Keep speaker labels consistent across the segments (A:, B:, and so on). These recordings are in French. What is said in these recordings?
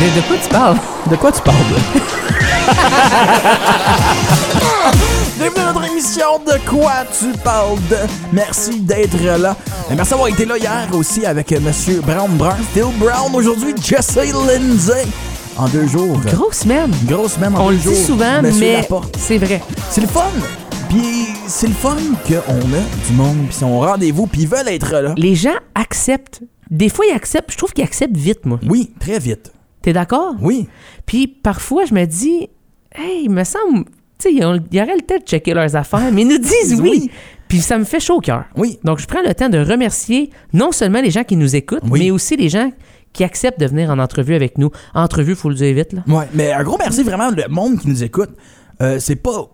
A: De, de quoi tu parles?
B: De quoi tu parles? Bienvenue à notre émission De quoi tu parles? De... Merci d'être là. Et merci d'avoir été là hier aussi avec euh, Monsieur Brown Brown. Phil Brown aujourd'hui, Jesse Lindsay. En deux jours.
A: Grosse semaine.
B: Grosse semaine en
A: On
B: deux
A: le dit
B: jours,
A: souvent,
B: Monsieur
A: mais
B: Laporte.
A: c'est vrai.
B: C'est le fun. Puis c'est le fun qu'on a du monde. Puis ils sont au rendez-vous. Puis ils veulent être là.
A: Les gens acceptent. Des fois, ils acceptent. Je trouve qu'ils acceptent vite, moi.
B: Oui, très vite.
A: T'es d'accord?
B: Oui.
A: Puis parfois, je me dis, hey, il me semble, tu sais, ils ont- ils auraient le temps de checker leurs affaires, mais ils nous disent oui.
B: Oui.
A: Puis ça me fait chaud au cœur.
B: Oui.
A: Donc, je prends le temps de remercier non seulement les gens qui nous écoutent,
B: Oui.
A: mais aussi les gens qui acceptent de venir en entrevue avec nous. Entrevue, faut le dire vite, là.
B: Ouais. Mais un gros merci vraiment le monde qui nous écoute. Euh, c'est pas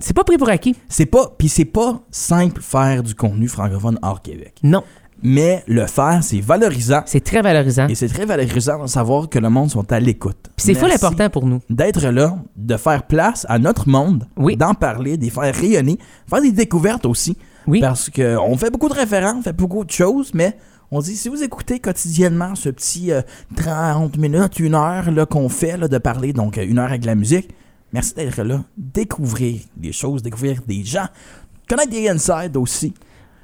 A: C'est pas pris pour acquis.
B: C'est pas, puis c'est pas simple faire du contenu francophone hors Québec.
A: Non,
B: Mais le faire, c'est valorisant
A: c'est très valorisant.
B: et
A: Puis
B: c'est très valorisant de savoir que le monde sont à l'écoute.
A: c'est full
B: Merci
A: important pour nous.
B: D'être là, de faire place à notre monde,
A: Oui.
B: d'en parler, d'y faire rayonner, faire des découvertes aussi.
A: Oui.
B: Parce que on fait beaucoup de références, on fait beaucoup de choses, mais on dit, si vous écoutez quotidiennement ce petit euh, 30 minutes, une heure là, qu'on fait là, de parler, donc euh, une heure avec la musique, merci d'être là. Découvrir des choses, découvrir des gens, connaître des insides aussi,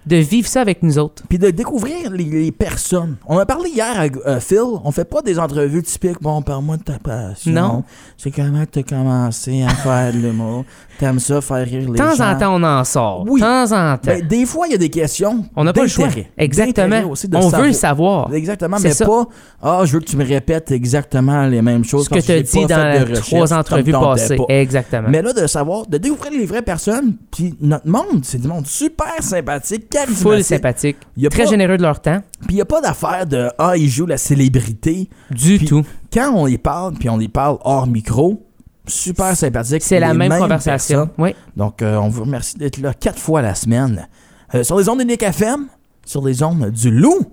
A: De vivre ça avec nous autres.
B: puis de découvrir les, les personnes. On a parlé hier à euh, Phil, on fait pas des entrevues typiques, bon, parle-moi de ta passion.
A: Non.
B: C'est comment tu as commencé à faire de l'humour. T'aimes ça, faire rire
A: De
B: les gens.
A: temps en temps, on en sort.
B: Oui.
A: De temps en temps.
B: Ben, des fois, il y a des questions.
A: on n'a pas le choix.
B: d'intérêt.
A: Exactement.
B: D'intérêt aussi de
A: on veut le
B: savoir.
A: savoir.
B: Exactement,
A: C'est
B: mais
A: ça.
B: pas Ah, je veux que tu me répètes exactement les mêmes choses
A: Ce que
B: quand
A: tu as
B: j'ai
A: dit
B: pas fait
A: dans
B: de
A: les
B: recherche,
A: trois
B: ça me
A: entrevues
B: tentait
A: passées.
B: pas.
A: Exactement.
B: Mais là, de savoir, de découvrir les vraies personnes, puis notre monde, c'est du monde super sympathique,
A: Full
B: charismatique.
A: sympathique.
B: Y a
A: Très
B: pas-
A: généreux de leur temps.
B: Puis il n'y a pas d'affaire de Ah, il joue la célébrité.
A: Du
B: Puis
A: tout.
B: Quand on y parle, puis on y parle hors micro, super sympathique.
A: C'est la
B: les
A: même
B: mêmes
A: conversation.
B: personnes.
A: Oui.
B: Donc, euh, on vous remercie d'être là quatre fois la semaine. Euh, sur les ondes de Nick FM, sur les ondes du Loup,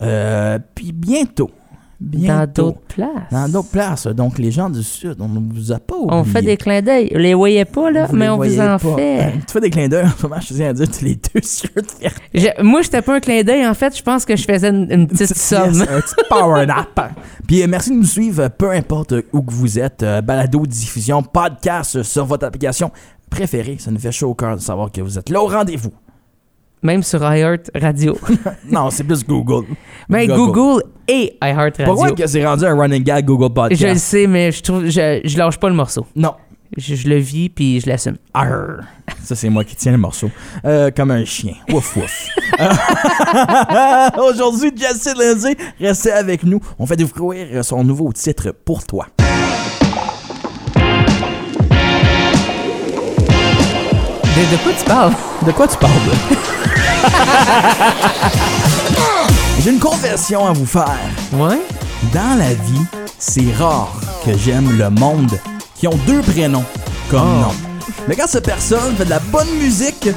B: euh, puis bientôt.
A: Dans
B: bientôt,
A: d'autres places.
B: Dans d'autres places. Donc, les gens du Sud, on ne vous a pas oublié.
A: On fait des clins d'œil. Vous les voyez pas, là,
B: Vous les
A: mais on vous
B: voyez
A: en
B: pas.
A: fait.
B: Tu fais des clins d'œil en ce moment, je te tiens à dire, tu les deux yeux de faire
A: Je- moi, j'étais pas un clin d'œil. En fait, je pense que je faisais une, une petite somme.
B: un petit power nap. Puis euh, merci de nous suivre, euh, peu importe où que vous êtes, euh, balado, diffusion, podcast euh, sur votre application préférée. Ça nous fait chaud au cœur de savoir que vous êtes là au rendez-vous.
A: Même sur iHeart Radio.
B: Non, c'est plus Google.
A: Mais Ben, Google et iHeart
B: Pourquoi
A: Radio.
B: que c'est rendu un running gag Google Podcast?
A: Je le sais, mais je trouve, je, je lâche pas le morceau.
B: Non.
A: Je, je le vis puis je l'assume.
B: Arr. Ça, c'est moi qui tiens le morceau. Euh, comme un chien. Wouf, wouf. Euh, Aujourd'hui, Jesse Lindsay, restez avec nous. On fait découvrir son nouveau titre pour toi.
A: De, de quoi tu parles?
B: De quoi tu parles? J'ai une confession à vous faire.
A: Ouais.
B: Dans la vie, c'est rare que j'aime le monde qui ont deux prénoms comme
A: Ah.
B: nom. Mais quand cette personne fait de la bonne musique,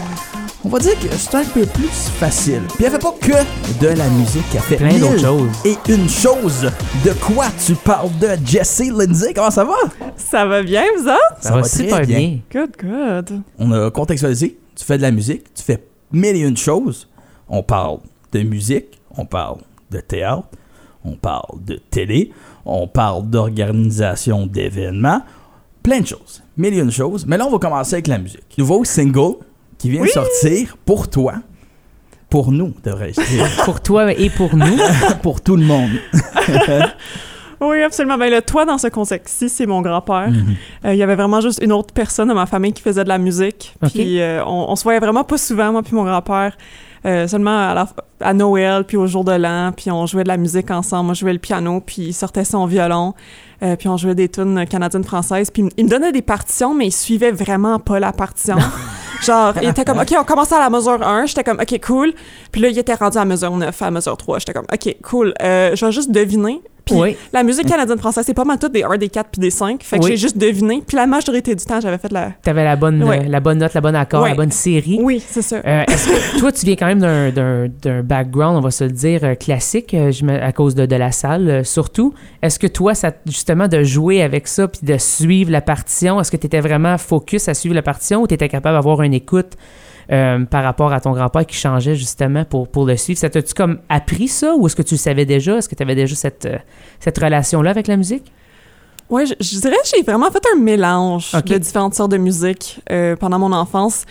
B: on va dire que c'est un peu plus facile. Puis elle fait pas que de la musique, elle fait
A: Plein d'autres
B: mille
A: choses.
B: Et une chose, de quoi tu parles de Jesse Lindsay? Comment ça va?
C: Ça va bien, vous autres?
A: Ça,
B: Ça
A: va,
B: va très
A: super bien.
B: bien.
C: Good, good.
B: On a contextualisé, tu fais de la musique, tu fais mille et une choses. On parle de musique, on parle de théâtre, on parle de télé, on parle d'organisation d'événements, plein de choses, mille et une choses. Mais là, on va commencer avec la musique. Nouveau single qui vient de sortir pour toi, pour nous, devrais-je dire,
A: Pour toi et pour nous.
B: pour tout le monde.
C: Oui, absolument. Ben, le toi, dans ce contexte-ci, c'est mon grand-père. Euh,
B: Mhm.
C: Il y avait vraiment juste une autre personne de ma famille qui faisait de la musique.
A: Ok.
C: Puis euh, on, on se voyait vraiment pas souvent, moi puis mon grand-père. Euh, seulement à, la- à Noël, puis au jour de l'an, puis on jouait de la musique ensemble. Moi, je jouais le piano, puis il sortait son violon, euh, puis on jouait des tunes canadiennes-françaises. Puis il me donnait des partitions, mais il suivait vraiment pas la partition. Genre, il était comme, OK, on commence à la mesure 1. J'étais comme, OK, cool. Puis là, il était rendu à mesure 9, à mesure 3. J'étais comme, OK, cool. Euh, je vais juste deviner. Puis
A: Oui.
C: la musique canadienne-française, c'est pas mal toutes des 1, des 4 puis des 5. Fait que
A: Oui.
C: j'ai juste deviné. Puis la majorité du temps, j'avais fait la.
A: T'avais la bonne,
C: Ouais.
A: euh, la bonne note, la bonne accord,
C: Ouais.
A: la bonne série.
C: Oui, c'est ça.
A: Euh, est-ce que- toi, tu viens quand même d'un- d'un d'un background, on va se le dire, euh, classique, euh, j'ima- à cause de, de la salle, euh, surtout. Est-ce que toi, ça, justement, de jouer avec ça puis de suivre la partition, est-ce que tu étais vraiment focus à suivre la partition ou tu étais capable d'avoir une écoute euh, par rapport à ton grand-père qui changeait justement pour, pour le suivre. Ça t'a-tu comme appris ça ou est-ce que tu le savais déjà? Est-ce que tu avais déjà cette, euh, cette relation-là avec la musique?
C: Ouais, je, je dirais que j'ai vraiment fait un mélange
A: Ok.
C: de différentes sortes de musique euh, pendant mon enfance.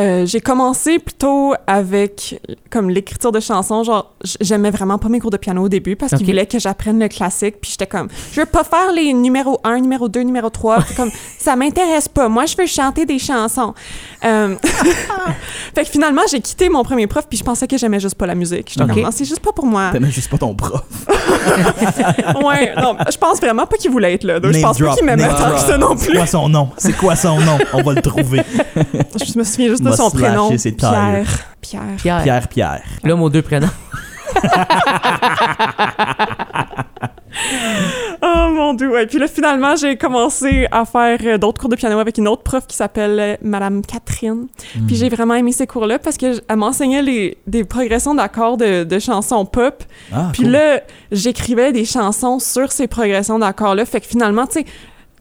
C: Euh, j'ai commencé plutôt avec comme l'écriture de chansons, genre j- j'aimais vraiment pas mes cours de piano au début parce
A: Ok.
C: qu'ils voulaient que j'apprenne le classique, puis j'étais comme je veux pas faire les numéros 1, numéro 2, numéro 3, Puis comme ça m'intéresse pas. Moi, je veux chanter des chansons. Euh, fait que finalement, j'ai quitté mon premier prof, puis je pensais que j'aimais juste pas la musique. J'étais
A: Ok.
C: comme Ah, c'est juste pas pour moi.
B: T'aimais juste pas ton prof.
C: ouais, non, je pense vraiment pas qu'il voulait être là. Donc, je
B: Name
C: pense pas
B: drop,
C: qu'il m'aimait
B: name
C: tant que
B: drop.
C: ça non
B: C'est
C: plus.
B: quoi son nom? C'est quoi son nom? On va le trouver.
C: Je me souviens juste de
B: M'a
C: son
B: slashé
C: prénom.
B: ses tailles.
C: Pierre. Pierre.
A: Pierre.
B: Pierre Pierre.
A: L'homme aux deux prénoms.
C: Oh mon dieu. Et puis là, finalement, j'ai commencé à faire euh, d'autres cours de piano avec une autre prof qui s'appelle euh, Madame Catherine.
B: Hmm.
C: Puis j'ai vraiment aimé ces cours-là parce qu'elle m'enseignait les- des progressions d'accords de, de chansons pop.
B: Ah,
C: Puis
B: cool.
C: là, j'écrivais des chansons sur ces progressions d'accords-là. Fait que finalement, tu sais,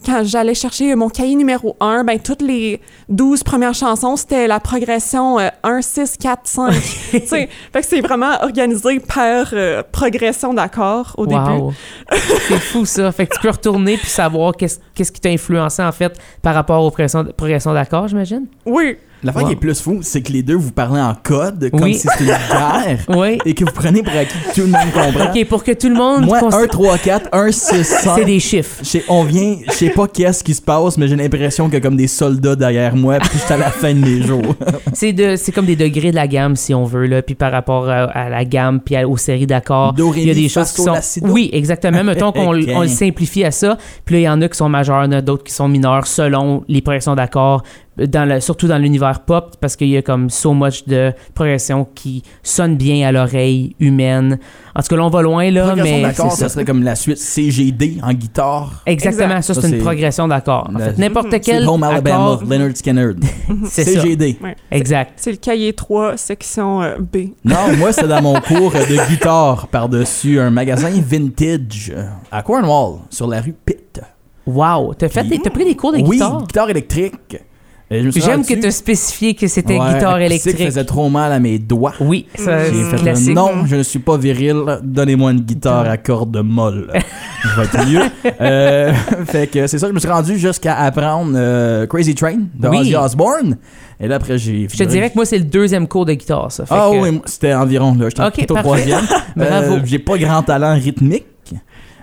C: quand j'allais chercher euh, mon cahier numéro 1, ben toutes les 12 premières chansons, c'était la progression euh, 1, 6, 4, 5. tu sais, fait que c'est vraiment organisé par euh, progression d'accords au début.
A: Wow. c'est fou ça. Fait que tu peux retourner puis savoir qu'est-ce qu'est-ce qui t'a influencé en fait par rapport aux progressions, progressions d'accords, j'imagine?
C: Oui,
B: L'affaire
A: Wow.
B: qui est plus fou, c'est que les deux vous parlez en code, comme
A: Oui.
B: si c'était une guerre,
A: Oui.
B: et que vous prenez pour acquis que tout le monde comprend.
A: OK, pour que tout le monde...
B: Moi,
A: cons-
B: 1, 3, 4, 1, 6, 5.
A: c'est des chiffres.
B: on vient, je sais pas qu'est-ce qui se passe, mais j'ai l'impression qu'il y a comme des soldats derrière moi, puis j'étais à la fin de mes jours.
A: C'est de, c'est comme des degrés de la gamme, si on veut, là. Puis par rapport à, à la gamme, puis à- aux séries d'accords,
B: Do, ré,
A: il y a
B: mi,
A: des
B: fa,
A: choses qui
B: sol,
A: sont.
B: la, si, do.
A: Oui, exactement. Mettons qu'on l-
B: Ok.
A: on le simplifie à ça. Puis là, il y en a qui sont majeurs, il y en a d'autres qui sont mineurs, selon les progressions d'accords, dans le- surtout dans l'univers pop, parce qu'il y a comme so much de progressions qui sonnent bien à l'oreille humaine. En tout cas, là, on va loin, là,
B: Progression
A: mais.
B: d'accord,
A: c'est ça.
B: ça serait comme la suite CGD en guitare.
A: Exactement, ça,
B: Ça,
A: c'est une
B: c'est-
A: progression d'accords. En
B: La-
A: fait, n'importe
C: C'est
A: quel.
B: Home Alabama,
A: accord-
B: Leonard Skinner.
A: C'est ça.
B: CGD.
A: Exact.
C: c'est le cahier 3, section euh, B.
B: Non, moi, c'est dans mon cours de guitare par-dessus un magasin vintage euh, à Cornwall, sur la rue Pitt.
A: Wow. T'as fait des- t'as pris des cours de
B: oui,
A: guitare?
B: électrique. Et je me suis
A: Euh, J'aime
B: rendu-
A: que tu as spécifié que c'était
B: Ouais,
A: guitare
B: acoustique
A: électrique.
B: faisait trop mal à mes doigts.
A: Oui, ça,
B: J'ai
A: c'est
B: fait
A: classique. hein.
B: Non, je ne suis pas viril. Donnez-moi une guitare à cordes molles. je vais être mieux. Euh, fait que c'est ça, je me suis rendu jusqu'à apprendre euh, Crazy Train de
A: Oui.
B: Ozzy Osbourne. Et là, après, j'ai.
A: Je te dirais que moi, c'est le deuxième cours de guitare, ça. Fait
B: Ah
A: que-
B: oui, moi, c'était environ là. J'étais
A: Ok,
B: plutôt
A: parfait.
B: troisième.
A: Bravo.
B: Euh, J'ai pas grand talent rythmique.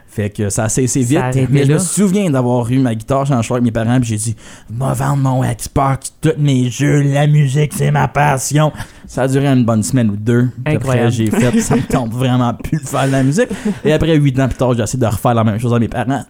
B: Fait que ça a cessé
A: Ça
B: vite.
A: a arrêté
B: mais je
A: là.
B: me souviens d'avoir eu ma guitare chez Anchois avec mes parents. Puis j'ai dit, va vendre mon Xbox, tous mes jeux, la musique, c'est ma passion. Ça a duré une bonne semaine ou deux. Puis
A: Incroyable.
B: Après, j'ai fait, ça me tombe vraiment plus de faire de la musique. Et après, huit ans plus tard, j'ai essayé de refaire la même chose à mes parents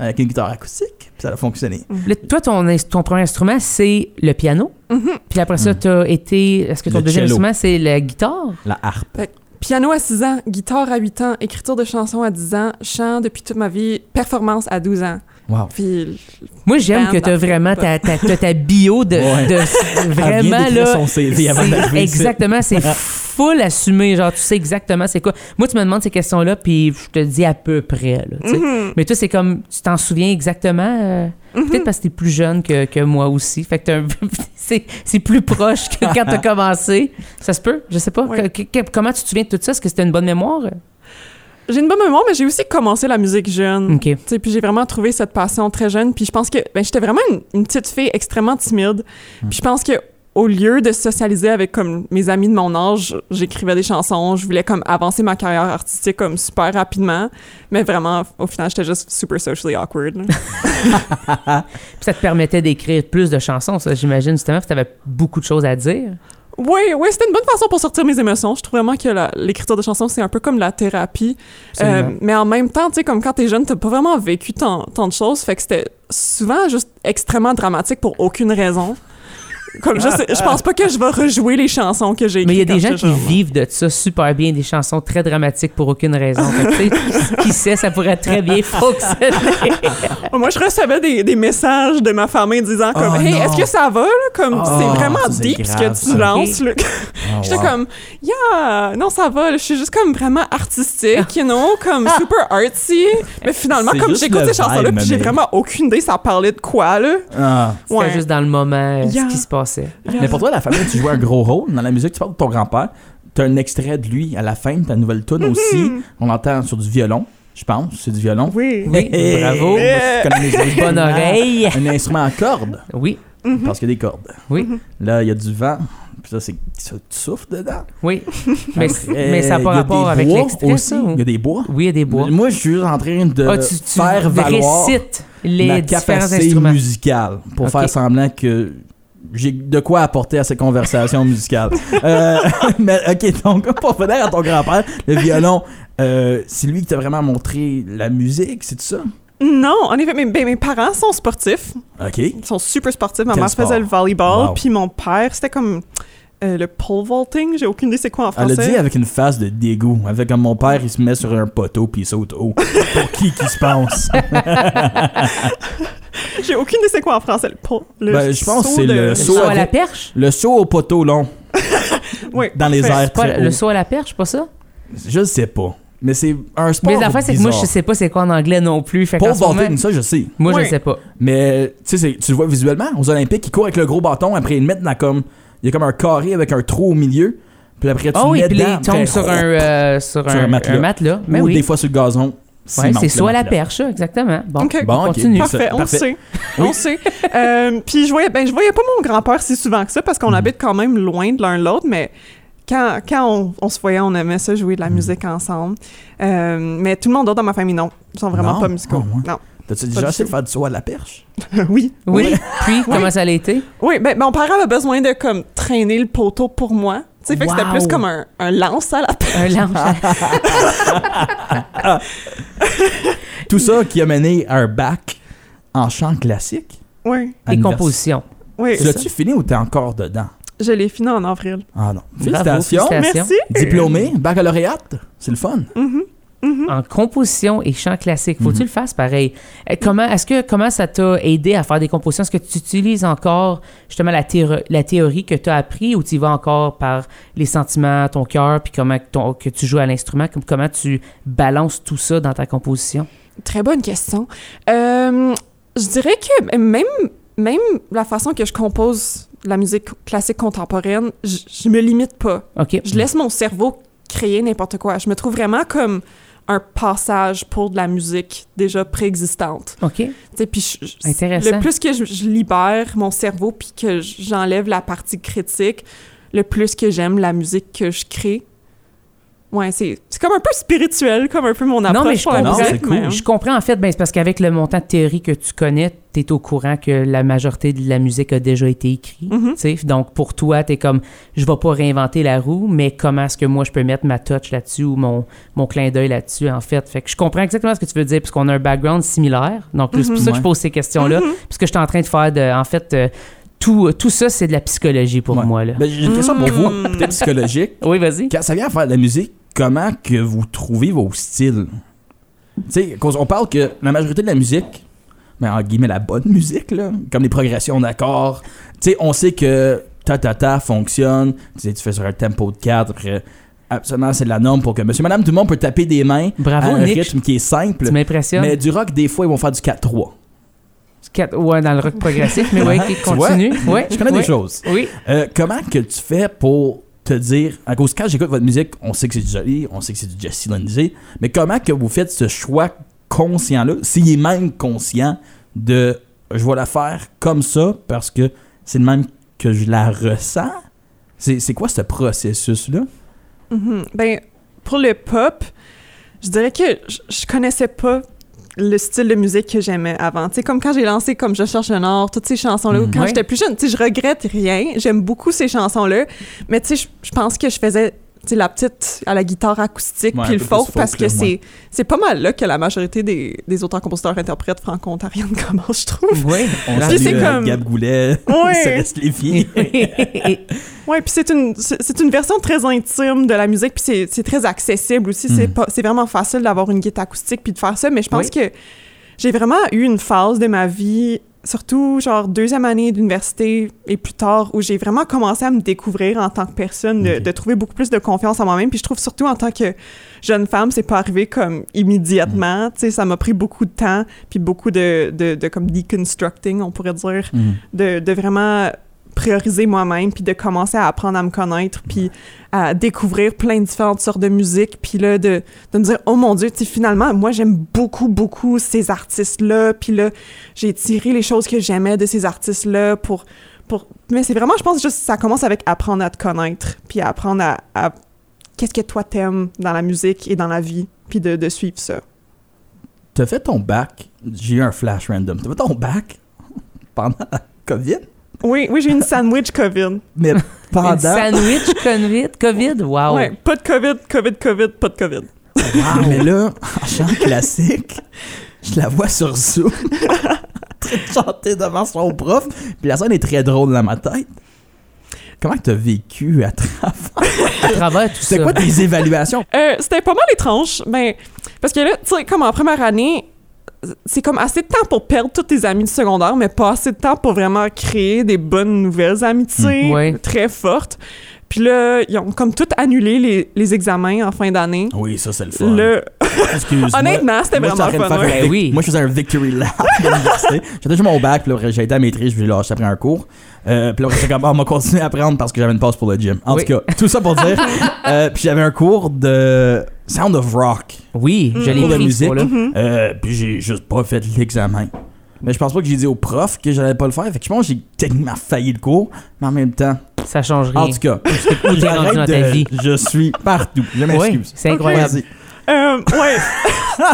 B: avec une guitare acoustique. Puis ça a fonctionné.
A: Le- toi, ton, ins- ton premier instrument, c'est le piano.
C: Mhm.
A: Puis après ça, t'as été. Est-ce que ton
B: Hmm. Le
A: deuxième
B: cello.
A: instrument, c'est la guitare?
B: La harpe.
C: Piano à 6 ans, guitare à 8 ans, écriture de chansons à 10 ans, chant depuis toute ma vie, performance à 12 ans.
B: Wow.
C: Puis
A: Moi, j'aime
C: Ben,
A: que t'as
C: ben,
A: vraiment ta, ta,
C: ben.
A: t'as ta bio de.
B: Ouais.
A: de-
B: Elle vient
A: vraiment,
B: d'écrire
A: là.
B: son CV avant
A: c'est-
B: d'arriver ici.
A: Exactement, c'est full assumé. Genre, tu sais exactement c'est quoi. Moi, tu me demandes ces questions-là, puis je te dis à peu près. Là, tu sais. Mais toi, c'est comme. Tu t'en souviens exactement. euh, Mhm.
C: Mhm. Hmm.
A: Peut-être parce que t'es plus jeune que, que moi aussi. Fait que t'as un- c'est c'est plus proche que quand t'as commencé. Ça se peut? Je sais pas.
C: Ouais.
A: Que- que- comment tu te souviens de tout ça? Est-ce que c'était une bonne mémoire?
C: j'ai une bonne mémoire, mais j'ai aussi commencé la musique jeune.
A: OK.
C: Tu sais, puis j'ai vraiment trouvé cette passion très jeune. Puis je pense que ben, j'étais vraiment une, une petite fille extrêmement timide. Puis je pense que au lieu de socialiser avec comme mes amis de mon âge, j'écrivais des chansons, je voulais comme avancer ma carrière artistique comme super rapidement, mais vraiment au final j'étais juste super socially awkward. là.
A: Puis ça te permettait d'écrire plus de chansons, ça, j'imagine, justement, parce que t'avais beaucoup de choses à dire.
C: oui, oui, c'était une bonne façon pour sortir mes émotions. Je trouve vraiment que la- l'écriture de chansons c'est un peu comme la thérapie.
A: Absolument.
C: Euh, mais en même temps, tu sais, comme quand t'es jeune, t'as pas vraiment vécu tant, tant de choses. Fait que c'était souvent juste extrêmement dramatique pour aucune raison. Comme je, sais- je pense pas que je vais rejouer les chansons que j'ai écrites.
A: Mais il y a des
C: quand
A: gens
C: j'étais
A: qui
C: jeune.
A: vivent de ça super bien, des chansons très dramatiques pour aucune raison. Fait que, tu sais, qui sait, ça pourrait très bien fonctionner.
C: Moi, je recevais des, des messages de ma famille disant comme
B: Oh,
C: Hey,
B: non.
C: est-ce que ça va? là? Comme,
B: Oh,
C: c'est vraiment
B: ça, c'est
C: deep ce
B: grave,
C: que tu
B: ça.
C: lances. là.
B: Ah,
C: J'étais
B: wow.
C: comme, yeah, non, ça va, là, je suis juste comme vraiment artistique, you know, comme super artsy. Mais finalement,
B: Ah. C'est
C: comme
B: juste
C: j'écoute
B: le
C: ces chansons-là,
B: vibe,
C: puis j'ai
B: mais-
C: vraiment aucune idée ça parlait de quoi, là.
B: Ah.
A: C'était juste dans le moment, euh, ce
C: Yeah.
A: qui se passe. passait.
B: Mais pour toi, la famille, tu joues un gros rôle. Dans la musique, tu parles de ton grand-père. Tu as un extrait de lui à la fin de ta nouvelle tune aussi.
A: Mm-hmm.
B: On l'entend sur du violon, je pense. C'est du violon.
C: Oui.
A: Oui,
B: Hey,
A: bravo.
B: moi, je connais les instruments.
A: Bonne oreille.
B: Un instrument à cordes,
A: Oui,
B: parce qu'il y a des cordes. Mm-hmm.
A: Oui.
B: Là, il y a du vent. Puis ça, c'est ça, tu souffles dedans.
A: oui. mais,
B: Après,
A: mais ça n'a pas
B: il euh, y a
A: rapport
B: des
A: avec
B: bois
A: l'extrait,
B: aussi.
A: ça? ou-
B: Il y a des bois.
A: Oui, il y a des bois.
B: Moi, je suis juste en train de
A: Ah, tu, tu
B: faire valoir
A: récites
B: ma
A: les différents
B: capacité
A: instruments.
B: musicale pour
A: Ok.
B: faire semblant que j'ai de quoi apporter à ces conversations musicales. Euh, mais ok, donc pour revenir à ton grand-père, le violon, euh, c'est lui qui t'a vraiment montré la musique, c'est ça?
C: Non, en effet, mes, ben, mes parents sont sportifs.
B: Ok.
C: Ils sont super sportifs. Ma
B: Quel
C: mère faisait
B: sport?
C: le volleyball,
B: Wow.
C: puis mon père, c'était comme euh, le pole vaulting. J'ai aucune idée c'est quoi en
B: Elle
C: français.
B: le dit avec une face de dégoût, avec comme mon père, il se met sur un poteau puis il saute haut. Pour qui qui se pense?
C: J'ai aucune idée c'est quoi en français. Le pole- le
B: Ben, je pense que
C: saut
B: c'est
C: de-
B: le
A: Le
B: saut
A: saut à la
B: avec-
A: perche?
B: Le saut au poteau long,
C: Oui,
B: dans les
C: parfait.
B: airs
A: Pas-
B: très
A: le
B: haut.
A: saut à la perche, pas ça?
B: Je sais pas. Mais c'est un sport
A: Mais l'affaire, c'est que moi, je sais pas c'est quoi en anglais non plus. Fait
B: Paul
A: qu'en ce moment-
B: Bolton, ça je sais.
A: moi, je
C: Oui.
A: sais pas.
B: Mais tu sais, c'est- tu le vois visuellement, aux Olympiques, ils courent avec le gros bâton, après ils le mettent dans comme. Il y a comme un carré avec un trou au milieu, puis après tu
A: Ah
B: le
A: oui,
B: mets
A: puis
B: dedans,
A: il tombe
B: après,
A: sur un, euh, sur
B: Sur
A: un,
B: un matelas.
A: un matelas. Mais
B: ou
A: oui.
B: des fois sur le gazon. s'il
A: Ouais,
B: manque
A: c'est
B: le
A: soit à la
B: matelas.
A: perche, exactement. Bon,
C: Ok.
B: Bon,
A: on
B: ok.
A: continue.
B: Ça,
C: Parfait, on
B: parfait.
C: sait. On sait. Euh, puis je voyais, ben, je voyais pas mon grand-père si souvent que ça parce
B: Mhm.
C: qu'on habite quand même loin de l'un de l'autre, mais quand, quand on, on se voyait, on aimait ça jouer de
B: Mhm.
C: la musique ensemble. Euh, mais tout le monde d'autre dans ma famille, non. Ils sont vraiment
B: Non?
C: pas musicaux.
B: Ah ouais.
C: Non.
B: T'as-tu déjà
C: du
B: essayé de
C: tout.
B: faire du saut à la perche?
C: oui.
A: Oui, puis comment ça a été?
C: Oui, ben, mon parent avait besoin de comme traîner le poteau pour moi. Tu sais, fait que c'était
A: Wow.
C: plus comme un, un lance à la tête.
A: Un lance. à-
B: Tout ça qui a mené à un bac en chant classique?
C: Oui,
B: à
A: Des
B: l'univers-
A: compositions.
C: oui.
B: Tu L'as-tu fini ou t'es encore dedans?
C: Je l'ai fini en avril.
B: Ah non.
A: Bravo,
B: Félicitations.
A: félicitations.
C: Merci.
B: Diplômé, baccalauréate, c'est le fun.
A: En composition et chant classique, faut-tu le fasses pareil? Euh, Comment, est-ce que, comment ça t'a aidé à faire des compositions? Est-ce que tu utilises encore justement la, théor- la théorie que tu as appris ou tu y vas encore par les sentiments, ton cœur, puis comment que ton- que tu joues à l'instrument? Comme, comment tu balances tout ça dans ta composition?
C: Très bonne question. Euh, je dirais que même, même la façon que je compose la musique classique contemporaine, je, je me limite pas.
A: OK.
C: Je laisse mon cerveau créer n'importe quoi. Je me trouve vraiment comme un passage pour de la musique déjà préexistante.
A: OK.
C: Tu sais, puis je- je-
A: Intéressant.
C: Le plus que je, je libère mon cerveau puis que j'enlève la partie critique, le plus que j'aime la musique que je crée. Ouais, c'est c'est comme un peu spirituel, comme un peu mon approche.
A: Non, mais je
C: pour la
A: comprends.
C: musique,
B: c'est cool.
C: mais- hein.
A: Je comprends en fait, ben, c'est parce qu'avec le montant de théorie que tu connais, tu es au courant que la majorité de la musique a déjà été écrite.
C: Mhm.
A: tu sais. Donc pour toi, tu es comme, je vais pas réinventer la roue, mais comment est-ce que moi je peux mettre ma touch là-dessus ou mon, mon clin d'œil là-dessus en fait. Fait que je comprends exactement ce que tu veux dire puisqu'on a un background similaire. Donc c'est pour ça que je
B: Ouais.
A: pose ces questions-là, puisque je suis en train de faire de, en fait, euh, tout, tout ça c'est de la psychologie pour
B: Ouais.
A: moi là.
B: Ben, J'ai une question
C: Hmm.
B: pour vous, peut-être psychologique.
A: oui, vas-y.
B: Quand ça vient à faire de la musique, comment que vous trouvez vos styles? Tu sais, qu'on- on parle que la majorité de la musique, mais en guillemets la bonne musique, là, comme les progressions d'accords, tu sais, on sait que ta-ta-ta fonctionne, tu sais, tu fais sur un tempo de 4, absolument c'est de la norme pour que monsieur, madame, tout le monde peut taper des mains
A: Bravo,
B: à un
A: Nick.
B: rythme qui est simple,
A: Tu m'impressionnes.
B: mais du rock, des fois, ils vont faire du 4-3.
A: Quatre- Ouais, dans le rock progressif, mais ouais, qui
B: Tu vois?
A: continue. Ouais,
B: Je connais
A: ouais.
B: des choses.
A: Oui.
B: Euh, comment que tu fais pour te dire, à cause quand j'écoute votre musique, on sait que c'est du joli, on sait que c'est du Jesse Lindsay, mais comment que vous faites ce choix conscient-là, s'il est même conscient de je vais la faire comme ça parce que c'est le même que je la ressens? C'est c'est quoi ce processus-là?
C: Mhm. Ben, pour le pop, je dirais que je, je connaissais pas le style de musique que j'aimais avant. Tu sais, comme quand j'ai lancé comme Je cherche un or, toutes ces chansons-là, ou
B: Mhm.
C: quand
A: Ouais.
C: j'étais plus jeune, tu sais, je regrette rien. J'aime beaucoup ces chansons-là, mais tu sais, je- je pense que je faisais tu sais, la petite à la guitare acoustique
B: Ouais, un
C: puis le
B: peu plus
C: folk,
B: folk,
C: parce que
B: là,
C: c'est
B: ouais.
C: c'est pas mal là que la majorité des, des auteurs compositeurs interprètes franco-ontariennes commencent je trouve
A: Oui.
B: On
A: Là-
C: Puis
B: salue,
C: c'est
B: euh,
C: comme-
B: Gab Goulet,
C: Ouais.
B: Céleste Lévy.
C: Ouais, puis c'est une, c'est c'est une version très intime de la musique, puis c'est- c'est très accessible aussi. C'est
B: Mm.
C: pas- C'est vraiment facile d'avoir une guitare acoustique puis de faire ça, mais je pense
A: Oui.
C: que j'ai vraiment eu une phase de ma vie, surtout genre deuxième année d'université et plus tard, où j'ai vraiment commencé à me découvrir en tant que personne, de,
B: Ok.
C: de trouver beaucoup plus de confiance en moi-même. Puis je trouve surtout en tant que jeune femme, c'est pas arrivé comme immédiatement.
B: Mm.
C: Tu sais, ça m'a pris beaucoup de temps, puis beaucoup de, de, de comme deconstructing, on pourrait dire
B: Mhm.
C: de, de vraiment prioriser moi-même, puis de commencer à apprendre à me connaître, puis à découvrir plein de différentes sortes de musique, puis là, de, de me dire, oh mon Dieu, tu sais, finalement, moi, j'aime beaucoup, beaucoup ces artistes-là, puis là, j'ai tiré les choses que j'aimais de ces artistes-là pour. pour... Mais c'est vraiment, je pense, juste, ça commence avec apprendre à te connaître, puis apprendre à. à Qu'est-ce que toi t'aimes dans la musique et dans la vie, puis de, de suivre ça.
B: T'as fait ton bac. J'ai eu un flash random. T'as fait ton bac pendant la COVID?
C: Oui, oui, j'ai une sandwich COVID.
B: Mais pendant.
A: Une sandwich COVID, COVID, wow.
C: Ouais, pas de COVID, COVID, COVID, pas de COVID.
B: Wow, mais là, en chant classique, je la vois sur Zoom, en train de chanter devant son prof. Puis la scène est très drôle dans ma tête. Comment que t'as vécu à travers?
A: À travers tout
B: C'est
A: ça.
B: quoi tes évaluations?
C: Euh, c'était pas mal étrange, mais parce que là, tu sais, comme en première année, c'est comme assez de temps pour perdre tous tes amis du secondaire, mais pas assez de temps pour vraiment créer des bonnes nouvelles amitiés
B: Mhm.
A: Mm. Ouais.
C: très fortes. Puis là, ils ont comme tout annulé les, les examens en fin d'année.
B: Oui, ça, c'est le fun.
C: Le...
B: Excuse-moi.
C: Honnêtement, c'était
B: Moi, j'étais
C: vraiment
B: en train de faire
C: fun. ouais.
B: un
A: ouais.
B: vic-
A: Ben oui.
B: Moi, je faisais un victory lap à l'université. J'étais déjà mon bac, puis là, j'ai été à maîtrise, puis là, j'ai pris un cours. Euh, puis là, j'étais comme, Ah, on m'a continué à apprendre parce que j'avais une passe pour le gym. En
A: Oui.
B: tout cas, tout ça pour dire. euh, puis j'avais un cours de Sound of Rock,
A: Oui, je l'ai
B: cours de
A: pris, ce
B: musique.
A: là
B: Euh, puis j'ai juste pas fait l'examen. Mais je pense pas que j'ai dit au prof que j'allais pas le faire. Fait que je pense que j'ai techniquement failli le cours, mais en même temps.
A: Ça change rien.
B: En tout cas,
A: Où t'es rendu dans
B: j'arrête
A: ta
B: de-
A: vie.
B: je suis partout. Je
A: Oui,
B: m'excuse.
A: c'est incroyable.
B: Vas-y.
C: Euh, ouais.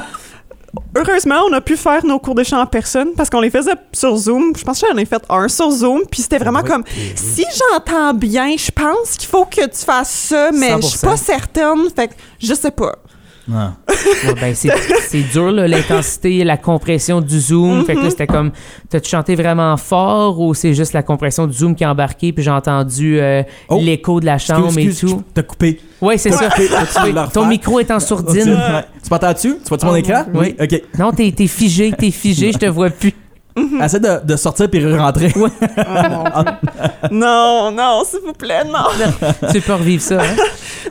C: Heureusement, on a pu faire nos cours de chant en personne parce qu'on les faisait sur Zoom. Je pense que j'en ai fait un sur Zoom, puis c'était vraiment
B: Ouais,
C: comme
B: terrible.
C: si j'entends bien, je pense qu'il faut que tu fasses ça, mais je suis
A: 100%.
C: pas certaine. Fait que je sais pas.
B: Ouais.
A: Ouais, ben, c'est c'est dur, là, l'intensité, la compression du zoom.
B: Mhm.
A: Fait que là, c'était comme, t'as-tu chanté vraiment fort ou c'est juste la compression du zoom qui a embarqué puis j'ai entendu euh,
B: Oh.
A: l'écho de la chambre
B: Excuse,
A: et
B: excuse,
A: tout?
B: je- T'as coupé.
A: Ouais, c'est ça.
B: Coupé. Faut-tu le refaire?
A: Ton micro est en sourdine.
B: Ouais. Tu m'entends-tu? Tu vois-tu mon écran?
A: Oui.
B: OK.
A: Non, t'es t'es figé, t'es figé, je te vois plus. Mhm.
B: Essaie de, de sortir puis rentrer.
C: non, non, s'il vous plaît, non.
A: Tu peux revivre ça. Hein?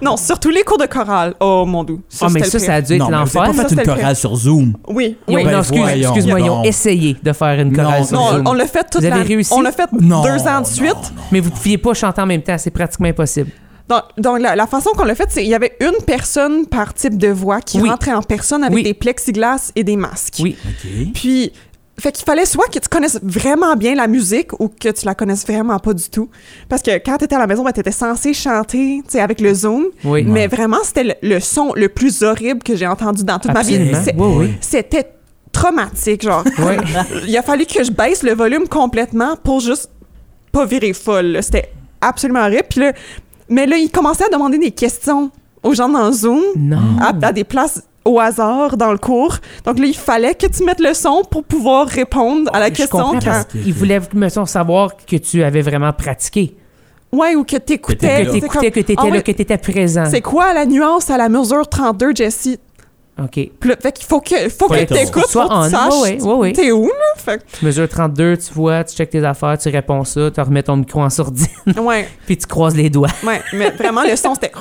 C: Non, surtout les cours de chorale. Oh mon dieu.
A: Ah, mais ça,
C: c'était le
A: ça a dû être
B: non, mais vous avez
A: l'enfer.
B: pas
C: Ça,
B: fait une
C: c'était le
B: chorale sur Zoom.
C: pire. Oui,
A: Ils ont-
C: oui.
B: Ben,
A: non, excuse-
B: voyons
A: excuse-moi, ils ont
B: donc.
A: essayé de faire une chorale
B: Non,
A: sur
C: Non,
A: Zoom.
C: on l'a fait toute
A: Vous avez
C: la-
A: réussi?
C: On l'a fait
B: Non,
C: deux ans
B: non,
C: de suite.
A: Mais vous ne pouviez pas chanter en même temps, c'est pratiquement impossible.
C: Donc, donc, la, la façon qu'on l'a fait, c'est qu'il y avait une personne par type de voix qui
A: Oui.
C: rentrait en personne avec
A: Oui.
C: des plexiglas et des masques.
A: Oui.
B: OK.
C: Puis, fait qu'il fallait soit que tu connaisses vraiment bien la musique ou que tu la connaisses vraiment pas du tout. Parce que quand t'étais à la maison, ben, t'étais censé chanter, tu sais, avec le zoom.
A: Oui.
C: Mais vraiment, c'était le, le son le plus horrible que j'ai entendu dans toute ma
A: Absolument.
C: vie. C'est-
A: Oui, oui.
C: C'était traumatique, genre.
A: Ouais.
C: Il a fallu que je baisse le volume complètement pour juste pas virer folle. là. C'était absolument horrible. Puis là, mais là, il commençait à demander des questions aux gens dans Zoom,
A: Non. Ah,
C: à, à des places au hasard dans le cours. Donc là, il fallait que tu mettes le son pour pouvoir répondre à la
A: Ah, Je
C: question.
A: comprends,
C: Quand...
A: parce
B: quand-
A: Ils voulaient, mettons, savoir que tu avais vraiment pratiqué.
C: Ouais, ou que
B: T'étais
C: t'écoutais.
A: Que
B: là.
C: C'est
A: t'écoutais, que
C: comme,
A: t'étais
C: Ah
A: là,
C: ouais,
A: que t'étais présent.
C: C'est quoi la nuance à la mesure 32, Jessie?
A: OK.
C: Puis là, Fait qu'il faut que, faut
B: Faut
C: que
B: être au-
C: t'écoutes
A: soit
C: pour que
A: en-
C: tu saches
A: ouais, ouais, ouais.
C: t'es où, là? Fait que-
A: Tu mesures 32, tu vois, tu checkes tes affaires, tu réponds ça, tu remets ton micro en sourdine,
C: ouais.
A: puis tu croises les doigts.
C: Ouais, mais vraiment, le son, c'était.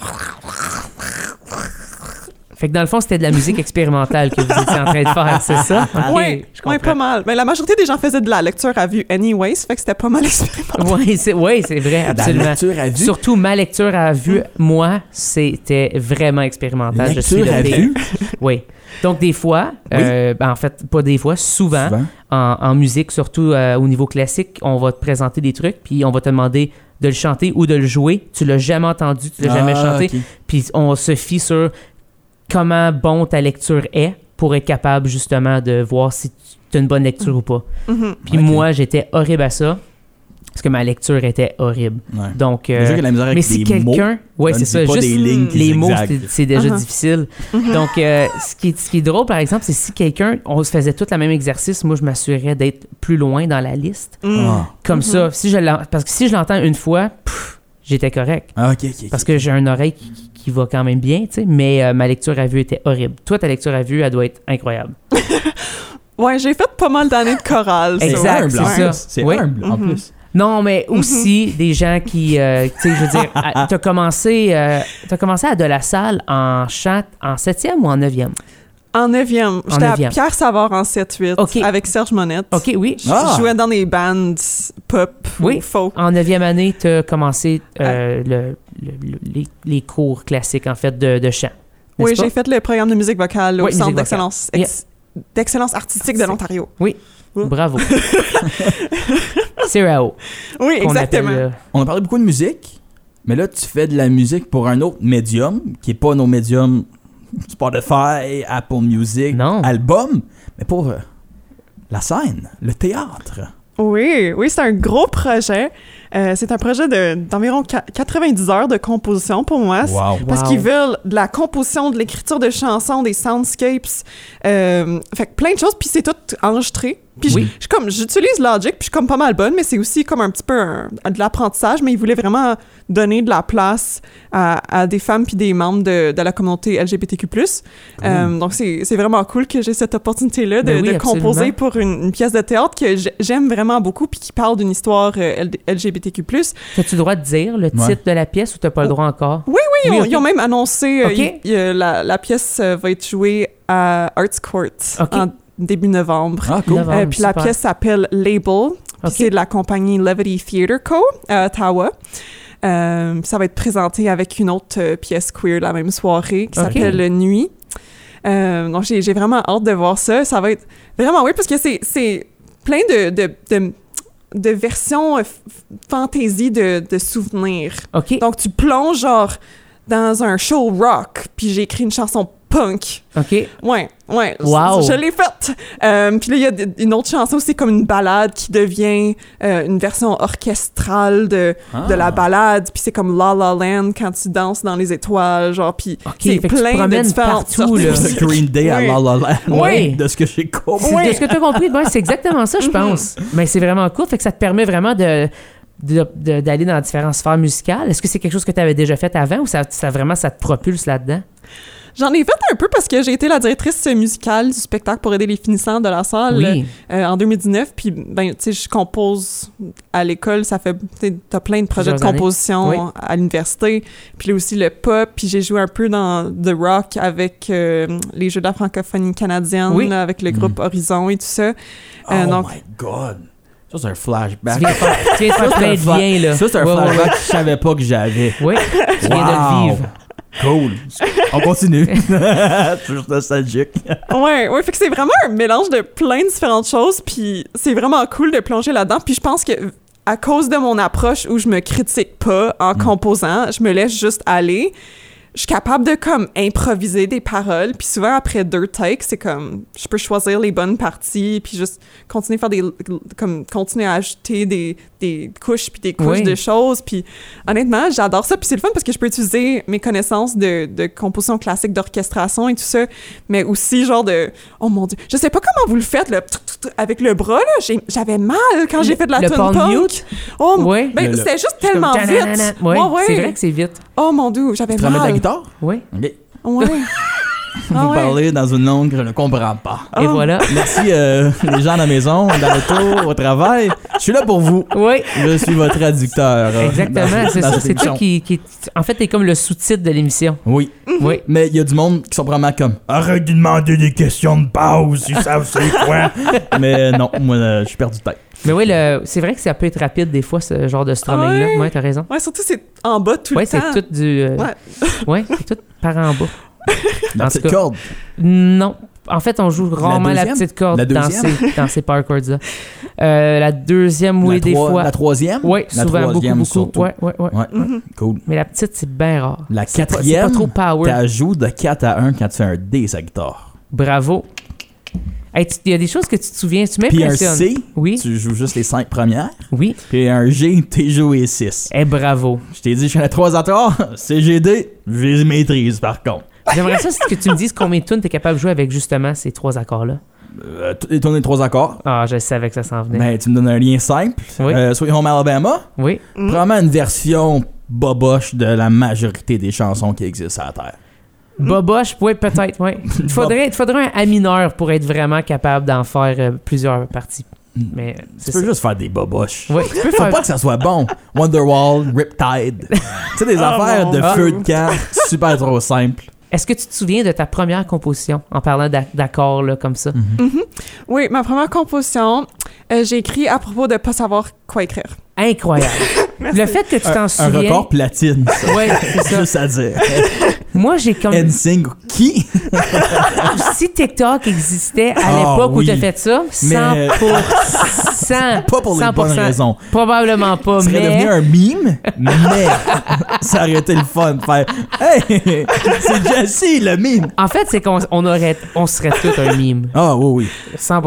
A: Fait que dans le fond, c'était de la musique expérimentale que vous étiez en train de faire, c'est ça? OK,
C: ouais,
A: je
C: ouais, pas
A: comprends.
C: mal. Mais la majorité des gens faisaient de la lecture à vue, anyways, fait que c'était pas mal expérimental.
A: Ouais, c'est, ouais, c'est vrai,
B: La
A: absolument.
B: lecture à vue.
A: Surtout ma lecture à
B: Hum.
A: vue, moi, c'était vraiment expérimental. Je suis
B: lecture
A: le
B: à
A: dé-
B: vue.
A: Oui. Donc, des fois,
B: Oui.
A: euh, ben, en fait, pas des fois, souvent,
B: Souvent.
A: en, en musique, surtout euh, au niveau classique, on va te présenter des trucs, puis on va te demander de le chanter ou de le jouer. Tu l'as jamais entendu, tu l'as jamais
B: Ah,
A: chanté.
B: ok.
A: Puis on se fie sur comment bon ta lecture est pour être capable justement de voir si tu as une bonne lecture ou pas.
C: Mhm.
A: Puis
B: Ok.
A: moi, j'étais horrible à ça parce que ma lecture était horrible.
B: Ouais.
A: Donc,
B: Le
A: euh,
B: jeu qui a de la misère avec
A: mais si
B: des mots,
A: quelqu'un, ouais,
B: donne-
A: c'est ça,
B: pas
A: juste
B: des lignes qui
A: les mots,
B: zigzagent.
A: c'est- c'est déjà
C: Uh-huh.
A: difficile. Donc, euh, ce, qui est, ce qui est drôle, par exemple, c'est si quelqu'un, on se faisait tout le même exercice, moi, je m'assurais d'être plus loin dans la liste.
C: Mm.
B: Ah,
A: Comme ça, si je l'en- parce que si je l'entends une fois, pff, j'étais correct.
B: Ah, ok, ok. ok.
A: Parce que j'ai un oreille qui, qui- qui va quand même bien, tu sais, mais euh, ma lecture à vue était horrible. Toi, ta lecture à vue, elle doit être incroyable.
C: Ouais, j'ai fait pas mal d'années de chorale. ça,
A: Exact,
C: ouais.
B: humble, en
A: c'est
B: plus.
A: ça.
B: C'est
A: Oui.
B: humble, en
C: Mhm.
B: plus.
A: Non, mais aussi des gens qui, euh, tu sais, je veux dire, à- t'as commencé, euh, t'as commencé à de la salle en chant en septième ou en neuvième?
C: En neuvième. J'étais à
A: neuvième.
C: Pierre Savard en 7-8
A: Ok.
C: avec Serge Monette.
A: OK, oui.
C: Je
B: Ah!
C: jouais dans des bands pop
A: Oui.
C: ou folk.
A: En neuvième année, tu as commencé
C: Ah.
A: euh, le- le- le- les, les cours classiques, en fait, de, de chant. n'est-ce
C: Oui,
A: pas?
C: j'ai fait le programme de musique vocale au
A: Oui,
C: Centre
A: musique
C: d'excellence
A: vocale.
C: ex- d'excellence artistique de
A: Artistique.
C: l'Ontario. fait-
A: Bravo. C'est Rao.
C: Oui,
A: qu'on
C: exactement.
A: appelle, euh,
B: On a parlé beaucoup de musique, mais là, tu fais de la musique pour un autre médium qui n'est pas nos médiums Spotify, Apple Music,
A: Non.
B: album, mais pour euh, la scène, le théâtre.
C: Oui, oui, c'est un gros projet. Euh, c'est un projet de- d'environ qua- 90 heures de composition pour
A: Ah,
C: moi. C'est-
B: Wow.
C: Parce
A: Wow.
C: qu'ils veulent de la composition, de l'écriture de chansons, des soundscapes, euh, fait que plein de choses, puis c'est tout enregistré. Puis je-
A: Oui.
C: je suis comme j'utilise Logic, puis je suis comme pas mal bonne, mais c'est aussi comme un petit peu un- de l'apprentissage, mais ils voulaient vraiment donner de la place à, à des femmes puis des membres de, de la communauté LGBTQ+. Euh, donc c'est c'est vraiment cool que j'ai cette opportunité-là de,
A: Ben oui,
C: de composer
A: absolument.
C: pour une, une pièce de théâtre que j'ai- j'aime vraiment beaucoup puis qui parle d'une histoire euh, LGBTQ+.
A: As-tu le droit de dire le
B: Ouais.
A: titre de la pièce ou t'as
C: Oh.
A: pas le droit encore?
C: Ils ont,
A: Oui, ok.
C: ils ont même annoncé euh,
A: Ok.
C: il- il- euh, la, la pièce euh, va être jouée à Arts Court
A: Ok.
C: en début novembre.
B: Ah, cool.
A: Novembre,
C: Euh, puis la
A: super.
C: pièce s'appelle Label. Puis
A: OK.
C: C'est de la compagnie Levity Theatre Co. à Ottawa. Euh, puis ça va être présenté avec une autre euh, pièce queer la même soirée qui
A: OK.
C: s'appelle Nuit. Euh, donc j'ai j'ai vraiment hâte de voir ça. Ça va être vraiment oui parce que c'est- c'est plein de, de, de, de versions euh, f- fantaisie de, de souvenirs.
A: OK.
C: Donc tu plonges genre dans un show rock puis j'ai écrit une chanson punk.
A: OK.
C: Ouais, ouais.
A: Wow.
C: Je, je l'ai faite. Euh, Puis là, il y a d- une autre chanson, c'est comme une balade qui devient euh, une version orchestrale de,
B: Ah.
C: de
A: Ah.
C: la balade. Puis c'est comme La La Land quand tu danses dans les étoiles, genre. Puis
A: OK,
C: c'est
A: fait que tu te
C: plein de
A: promènes
C: différentes
A: partout,
C: sortes de
A: là.
C: musique.
B: Green Day à
C: Oui.
B: La La Land,
A: Oui.
B: de ce que j'ai compris.
A: C'est-
C: Ouais.
A: De ce que tu as compris, ben, c'est exactement ça, je
C: Mhm.
A: pense. Mais c'est vraiment cool. Fait que ça te permet vraiment de de- de- d'aller dans différentes sphères musicales. Est-ce que c'est quelque chose que tu avais déjà fait avant ou ça, ça vraiment ça te propulse là-dedans?
C: J'en ai fait un peu parce que j'ai été la directrice musicale du spectacle pour aider les finissants de la salle
A: Oui.
C: euh, en 2019. Puis, ben, tu sais, je compose à l'école. Ça fait, tu sais, t'as plein de projets de
A: Plusieurs années.
C: composition
A: Oui.
C: à l'université. Puis là aussi le pop. Puis j'ai joué un peu dans The Rock avec euh, les Jeux de la francophonie canadienne,
A: Oui.
C: avec le groupe Horizon et tout ça.
B: Oh
C: Euh, donc-
B: my God. Ça, c'est un
A: Tu
B: flashback.
A: viens de faire, tu viens de faire
B: Ça, c'est
A: plein
B: un
A: de
B: fla-
A: liens, là.
B: Ça, c'est un
A: Ouais, ouais,
B: flashback que je savais pas que j'avais.
A: ouais. Oui, tu viens de le
B: Wow.
A: vivre.
B: Cool. On continue. c'est juste nostalgique.
C: ouais, ouais. Fait que c'est vraiment un mélange de plein de différentes choses. Puis c'est vraiment cool de plonger là-dedans. Puis je pense que à cause de mon approche où je me critique pas en composant, je me laisse juste aller. Je suis capable de comme improviser des paroles, puis souvent après deux takes, c'est comme je peux choisir les bonnes parties, puis juste continuer à faire des comme continuer à ajouter des, des couches puis des couches
A: Oui.
C: de choses, puis honnêtement, j'adore ça, puis c'est le fun parce que je peux utiliser mes connaissances de, de composition classique, d'orchestration et tout ça, mais aussi genre de oh mon dieu, je sais pas comment vous le faites là, tr- tr- tr- avec le bras là, J'ai- j'avais mal quand j'ai
A: Le-
C: fait de la
A: le
C: tune
A: pan
C: punk.
A: mute.
C: Oh, m-
A: Ouais.
C: ben,
B: Le- le-
C: c'était juste tellement vite.
A: Ouais,
C: Ouais, ouais.
A: C'est vrai que c'est vite.
C: Oh mon dieu, j'avais
B: Tu te ramènes de la
C: mal.
B: guitare?
A: Oui.
B: OK.
C: Ouais. Ah
B: Vous
C: ouais.
B: parlez dans une langue que je ne comprends pas.
C: Oh.
A: Et voilà.
B: Merci euh, les gens à la maison, dans le tour, au travail. Je suis là pour vous.
A: Oui.
B: Je suis votre traducteur. euh,
A: Exactement,
B: dans-
A: c'est
B: dans
A: ça.
B: cette
A: C'est
B: émission.
A: toi qui, qui- En fait, t'es comme le sous-titre de l'émission.
B: Oui.
C: Mm-hmm.
A: Oui.
B: Mais il y a du monde qui sont vraiment comme Arrête de demander des questions de pause, ils savent c'est quoi. Mais non, moi, euh, je suis perdu de tête.
A: Mais oui, le- c'est vrai que ça peut être rapide des fois, ce genre de strumming-là.
C: Ouais.
A: Oui, t'as raison.
C: Ouais, surtout c'est en bas tout
A: Oui,
C: le temps.
A: c'est tout du. euh,
C: Ouais.
A: ouais, c'est tout par en bas.
B: La
A: En
B: petite
A: tout cas,
B: corde.
A: Non. En fait, on joue rarement la,
B: deuxième?
A: petite corde
B: La
A: dans
B: deuxième?
A: ces, dans ces parkours-là. Euh, la deuxième, oui,
B: la,
A: des
B: trois-
A: fois.
B: la troisième.
A: Oui,
B: la
A: souvent, beaucoup,
B: troisième
A: beaucoup.
B: surtout.
A: Ouais, ouais, ouais.
B: Ouais, cool.
A: Mais la petite, c'est bien rare.
B: La
A: C'est pas- C'est
B: quatrième,
A: pas, trop power.
B: T'as joué de 4 à 1 quand tu fais un D sa guitare.
A: Bravo. Hey, tu- Il y a des choses que tu te souviens. Tu
B: Puis un
A: m'impressionnes.
B: C,
A: Oui,
B: tu joues juste les 5 premières.
A: oui.
B: Puis un G, t'es joué 6.
A: Eh, bravo.
B: Je t'ai dit, je suis à 3 à 3. CGD, je les maîtrise par contre.
A: J'aimerais ça c'est que tu me dises combien de tunes t'es capable de jouer avec justement ces trois accords-là.
B: Euh, t- tourner les 3 accords.
A: Ah, je savais que ça s'en venait.
B: Ben, tu me donnes un lien simple.
A: Oui. Mm.
B: Euh, Sweet Home Alabama,
A: Oui.
B: probablement une version boboche de la majorité des chansons qui existent à la Terre.
A: Boboche, oui, peut-être, oui. Il faudrait, il faudrait un A mineur pour être vraiment capable d'en faire euh, plusieurs parties. Mais euh,
B: Tu
A: c'est ça.
B: peux juste faire des boboches.
A: Oui, tu peux
B: Faut
A: faire.
B: pas que ça soit bon. Wonderwall, Riptide. tu sais, des
C: Ah,
A: Oh,
B: affaire
C: mon
B: de
C: Dieu.
B: feu de camp, super trop simple.
A: Est-ce que tu te souviens de ta première composition en parlant d'ac- d'accords là, comme ça?
C: Mhm. Oui, ma première composition, euh, j'ai écrit à propos de pas savoir quoi écrire.
A: Incroyable. le fait que tu t'en
B: Un, un
A: souviens.
B: record platine, ça.
A: Ouais, c'est ça.
B: Juste à dire.
A: Moi, j'ai comme.
B: NSYNC, qui?
A: Si TikTok existait à
B: Ah,
A: l'époque où
B: oui.
A: tu as fait ça, 100%.
B: Mais- Pas pour les
A: 100%,
B: bonnes raisons.
A: Probablement pas,
B: Ça serait
A: Oh, mais.
B: devenu un meme, mais ça aurait été le fun de faire « Hey, c'est Jesse, le meme!
A: En fait, c'est qu'on on aurait, on serait tout un mime. »
B: Ah oui,
A: 100%.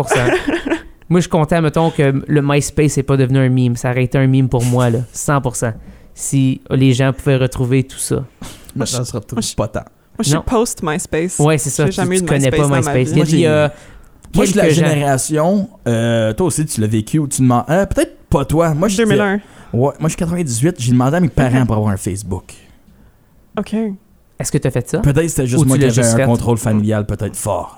A: moi, je comptais, mettons, que le MySpace n'est pas devenu un mime. Ça aurait été un mime pour moi, là. 100%. Si les gens pouvaient retrouver tout ça.
B: oui. Mais ça sera tout
C: moi, je-
B: pas tant.
C: Moi, je
A: Non.
C: suis post MySpace.
A: Ouais, c'est ça.
C: J'ai
A: Tu,
C: jamais
A: tu
C: eu de
A: connais pas
C: MySpace dans ma
A: MySpace.
C: vie.
A: Il y a
B: Moi, je suis la
A: quelques gens-
B: génération... euh, toi aussi, tu l'as vécu ou tu demandes... Euh, Peut-être pas toi. Moi, je
C: 2001.
B: Ouais, moi, je suis 98. J'ai demandé à mes parents pour avoir un Facebook.
C: OK.
A: Est-ce que tu as fait ça?
B: Peut-être c'était
A: Ou
B: juste
A: tu
B: moi qui
A: l'as
B: avais
A: juste
B: un
A: fait.
B: contrôle familial peut-être fort.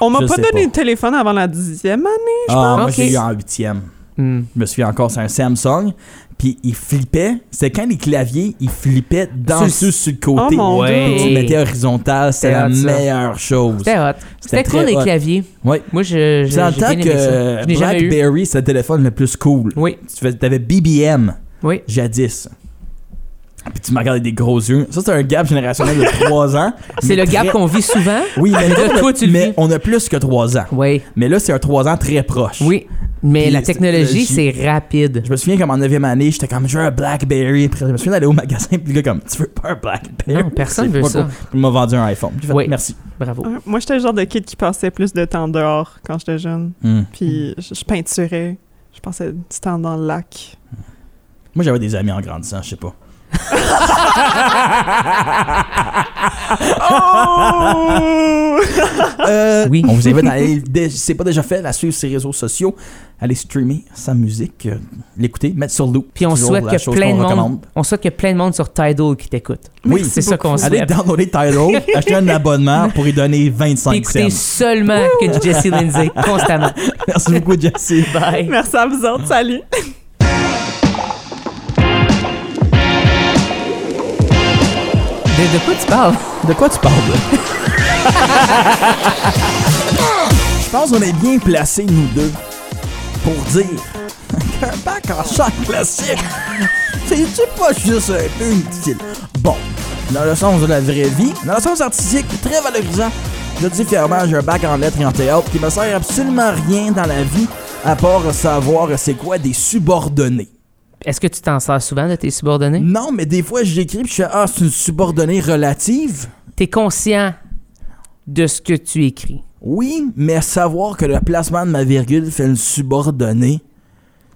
C: On, on m'a
B: Je
C: pas
B: sais
C: donné
B: pas.
C: de téléphone avant la dixième hein? année.
B: Ah, moi,
A: Ok.
B: j'ai eu en huitième.
A: Hmm.
B: Je me souviens encore, c'est un Samsung. Puis il flippait. C'était quand les claviers, ils flippaient dans
A: Sur
B: ceux
A: le-
B: sur le côté.
C: Oh, mon
A: Ouais.
B: Tu
A: Dieu.
B: le mettais horizontal, c'était
A: C'était
B: la
A: hot, ça.
B: meilleure chose.
A: C'était hot. C'était
B: très
A: cool les
B: hot.
A: claviers.
B: Ouais.
A: Moi, je. je-
B: C'est en
A: j'ai bien
B: tant
A: aimé ça. Je
B: que
A: n'ai jamais eu.
B: Blackberry, c'est le téléphone le plus cool.
A: Oui,
B: Tu fais- t'avais BBM,
A: oui.
B: jadis. Puis tu me regardais des gros yeux. Ça, c'est un gap générationnel de 3 ans.
A: C'est le gap
B: gap
A: qu'on vit souvent.
B: Oui, mais,
A: là, Ah, toi, tu le
B: mais
A: vis.
B: on a plus que 3 ans.
A: Oui,
B: Mais là, c'est un 3 ans très proche.
A: oui. Mais
B: Puis
A: la
B: c'est-
A: technologie,
B: j'ai-
A: c'est rapide.
B: Je me souviens comme en 9e année, j'étais comme, je veux un Blackberry. Puis je me souviens d'aller au magasin, puis le gars, comme, tu veux pas un Blackberry?
A: Non, personne
B: Eh C'est
A: veut
B: pas
A: ça.
B: cool. Il m'a vendu un iPhone. J'ai fait,
A: Oui.
B: merci.
A: Bravo.
C: Ouais, Moi, j'étais le genre de kid qui passait plus de temps dehors quand j'étais jeune.
A: Mm.
B: Hmm.
C: Puis je, je peinturais. Je passais du temps dans le lac.
B: Moi, j'avais des amis en grandissant, je sais pas.
C: Oh!
B: Euh,
A: Oui.
B: On vous invite à aller, dé- si c'est pas déjà fait, à suivre ses réseaux sociaux, aller streamer sa musique, euh, l'écouter, mettre sur loop.
A: Puis on
B: Toujours
A: souhaite
B: la
A: que
B: chose
A: plein
B: qu'on
A: de monde,
B: recommande.
A: on souhaite que plein de monde sur Tidal qui t'écoute.
B: Oui,
A: c'est ça qu'on
B: Allez
A: souhaite.
B: downloader Tidal, acheter un abonnement pour y donner
A: Puis
B: 25
A: écoutez
B: cents.
A: seulement que du Jesse Lindsay constamment.
B: Merci beaucoup, Jesse.
A: Bye.
C: Merci à vous autres. Salut!
A: De, de quoi tu parles?
B: De quoi tu parles? Je pense qu'on est bien placés, nous deux, pour dire qu'un bac en chant classique, c'est-tu pas juste un peu inutile? Bon, dans le sens de la vraie vie, dans le sens artistique, très valorisant, je dis fièrement, j'ai un bac en lettres et en théâtre qui me sert absolument rien dans la vie, à part savoir c'est quoi des subordonnés.
A: Est-ce que tu t'en sers souvent de tes subordonnés?
B: Non, mais des fois, j'écris puis je fais « Ah, c'est une subordonnée relative? »
A: T'es conscient de ce que tu écris.
B: Oui, mais savoir que le placement de ma virgule fait une subordonnée,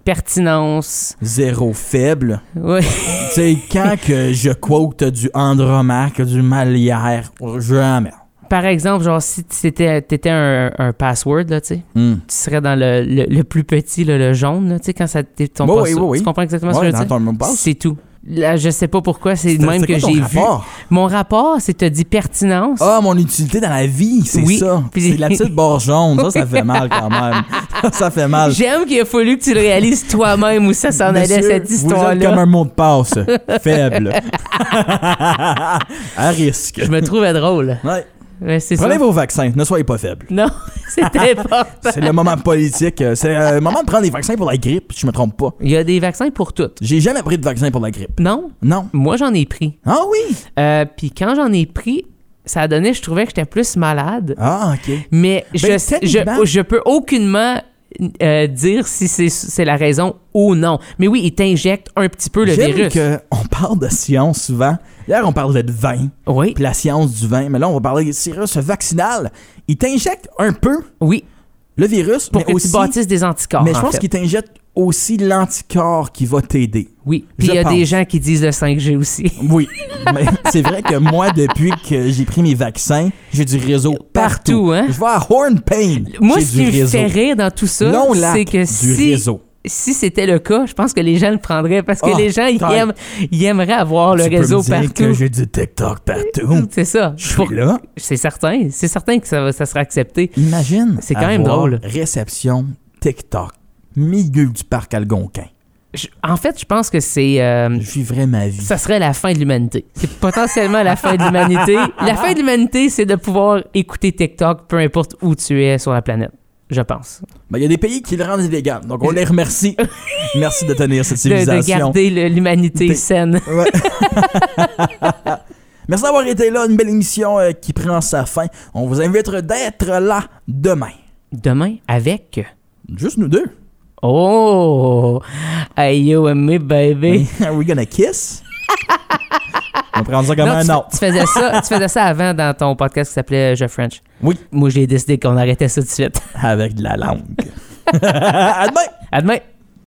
A: Pertinence.
B: zéro faible.
A: Oui.
B: tu sais, quand que je quote du Andromaque, du Malière, jamais.
A: Par exemple, genre, si t'étais, t'étais un, un password, là, tu sais,
B: Hum.
A: tu serais dans le, le- le plus petit, là, le jaune, là, tu sais, quand ça t'est ton
B: Oui,
A: passe-
B: oui, oui, oui.
A: Tu comprends exactement ce que
B: Ouais,
A: je veux dire?
B: dans ton mot de passe.
A: C'est tout. Là, je sais pas pourquoi, c'est
B: C'était-
A: le même
B: c'était
A: que
B: quoi ton
A: j'ai vu.
B: rapport?
A: Mon rapport, c'est t'as dit pertinence.
B: Ah, mon utilité dans la vie, c'est
A: Oui,
B: ça.
A: puis-
B: C'est la petite barre jaune, ça, ça fait mal quand même. Ça, ça fait mal.
A: J'aime qu'il a fallu que tu le réalises toi-même où ça s'en allait,
B: ah. Monsieur,
A: cette
B: Vous êtes comme
A: histoire-là.
B: un mot de passe. faible. à risque.
A: Je me trouvais drôle.
B: Ouais.
A: Ouais, c'est ça.
B: Prenez vos vaccins, ne soyez pas faibles.
A: Non, c'était pas.
B: C'est le moment politique. euh, C'est euh, le moment de prendre des vaccins pour la grippe, si je me trompe pas.
A: Il y a des vaccins pour toutes.
B: J'ai jamais pris de vaccin pour la grippe.
A: Non,
B: Non.
A: moi j'en ai pris.
B: Ah oui?
A: Euh, Puis quand j'en ai pris, ça a donné, je trouvais que j'étais plus malade.
B: Ah, OK.
A: Mais je,
B: Ben, techniquement-
A: je, je peux aucunement euh, dire si c'est c'est la raison ou non. Mais oui, il t'injecte un petit peu le
B: J'aime
A: virus.
B: qu'on parle de science souvent. Hier, on parlait de vin,
A: Oui,
B: puis la science du vin. Mais là, on va parler du virus vaccinal. Il t'injecte un peu
A: oui,
B: le virus,
A: pour
B: mais
A: que
B: aussi...
A: tu bâtisses des anticorps.
B: mais je
A: en
B: pense
A: fait.
B: qu'il t'injecte aussi l'anticorps qui va t'aider.
A: Oui, puis il y
B: je
A: a des
B: pense.
A: gens qui disent le 5G aussi.
B: Oui. mais c'est vrai que moi, depuis que j'ai pris mes vaccins, j'ai du réseau partout.
A: Partout, hein?
B: Je vais à Hornpain.
A: Moi,
B: J'ai
A: ce
B: du
A: qui me
B: réseau.
A: fait rire dans tout ça,
B: Long lac
A: c'est que
B: du
A: si,
B: réseau.
A: si c'était le cas, je pense que les gens le prendraient parce que
B: Ah,
A: les gens, ils,
B: taille.
A: aiment- ils aimeraient avoir le
B: Tu peux
A: réseau
B: me dire
A: partout.
B: que j'ai du TikTok partout.
A: C'est ça.
B: Je
A: Pour-
B: suis là.
A: C'est certain. C'est certain que ça, va- ça sera accepté.
B: Imagine.
A: C'est quand même
B: avoir
A: drôle.
B: Réception TikTok. Milieu du parc Algonquin.
A: je- en fait, je pense que c'est. euh,
B: Je vivrais ma vie.
A: ça serait la fin de l'humanité. C'est potentiellement la fin de l'humanité. La fin de l'humanité, c'est de pouvoir écouter TikTok, peu importe où tu es sur la planète. Je pense.
B: Ben, Il y a des pays qui le rendent illégal, donc on les remercie. Merci de tenir cette
A: De, de
B: civilisation.
A: garder le- l'humanité
B: Des-
A: saine.
B: Ouais. Merci d'avoir été là. Une belle émission euh, qui prend sa fin. On vous invite d'être là demain.
A: Demain, avec.
B: Juste nous deux.
A: Oh! Hey, you and me, baby.
B: Are we gonna kiss? On prend ça comme
A: Non,
B: un
A: tu,
B: autre.
A: tu faisais ça, tu faisais ça avant dans ton podcast qui s'appelait Je French.
B: Oui.
A: Moi, j'ai décidé qu'on arrêtait ça tout de suite.
B: Avec de la langue. à demain!
A: À demain!